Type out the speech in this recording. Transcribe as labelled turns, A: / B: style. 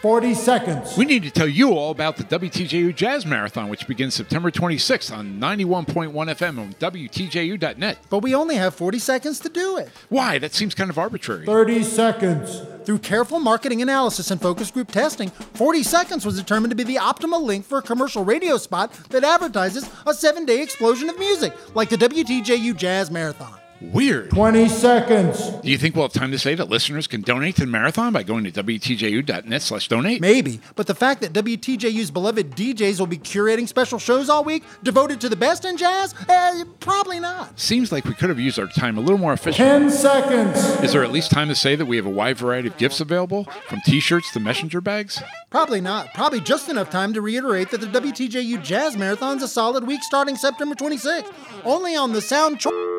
A: 40 seconds.
B: We need to tell you all about the WTJU Jazz Marathon, which begins September 26th on 91.1 FM on WTJU.net.
C: But we only have 40 seconds to do it.
B: Why? That seems kind of arbitrary.
A: 30 seconds.
C: Through careful marketing analysis and focus group testing, 40 Seconds was determined to be the optimal length for a commercial radio spot that advertises a seven day explosion of music, like the WTJU Jazz Marathon.
B: Weird.
A: 20 seconds.
B: Do you think we'll have time to say that listeners can donate to the marathon by going to WTJU.net slash donate?
C: Maybe, but the fact that WTJU's beloved DJs will be curating special shows all week devoted to the best in jazz? Eh, probably not.
B: Seems like we could have used our time a little more
A: 10
B: efficiently.
A: seconds.
B: Is there at least time to say that we have a wide variety of gifts available, from t-shirts to messenger bags?
C: Probably not. Probably just enough time to reiterate that the WTJU Jazz Marathon's a solid week starting September 26th, only on the Sound Choice.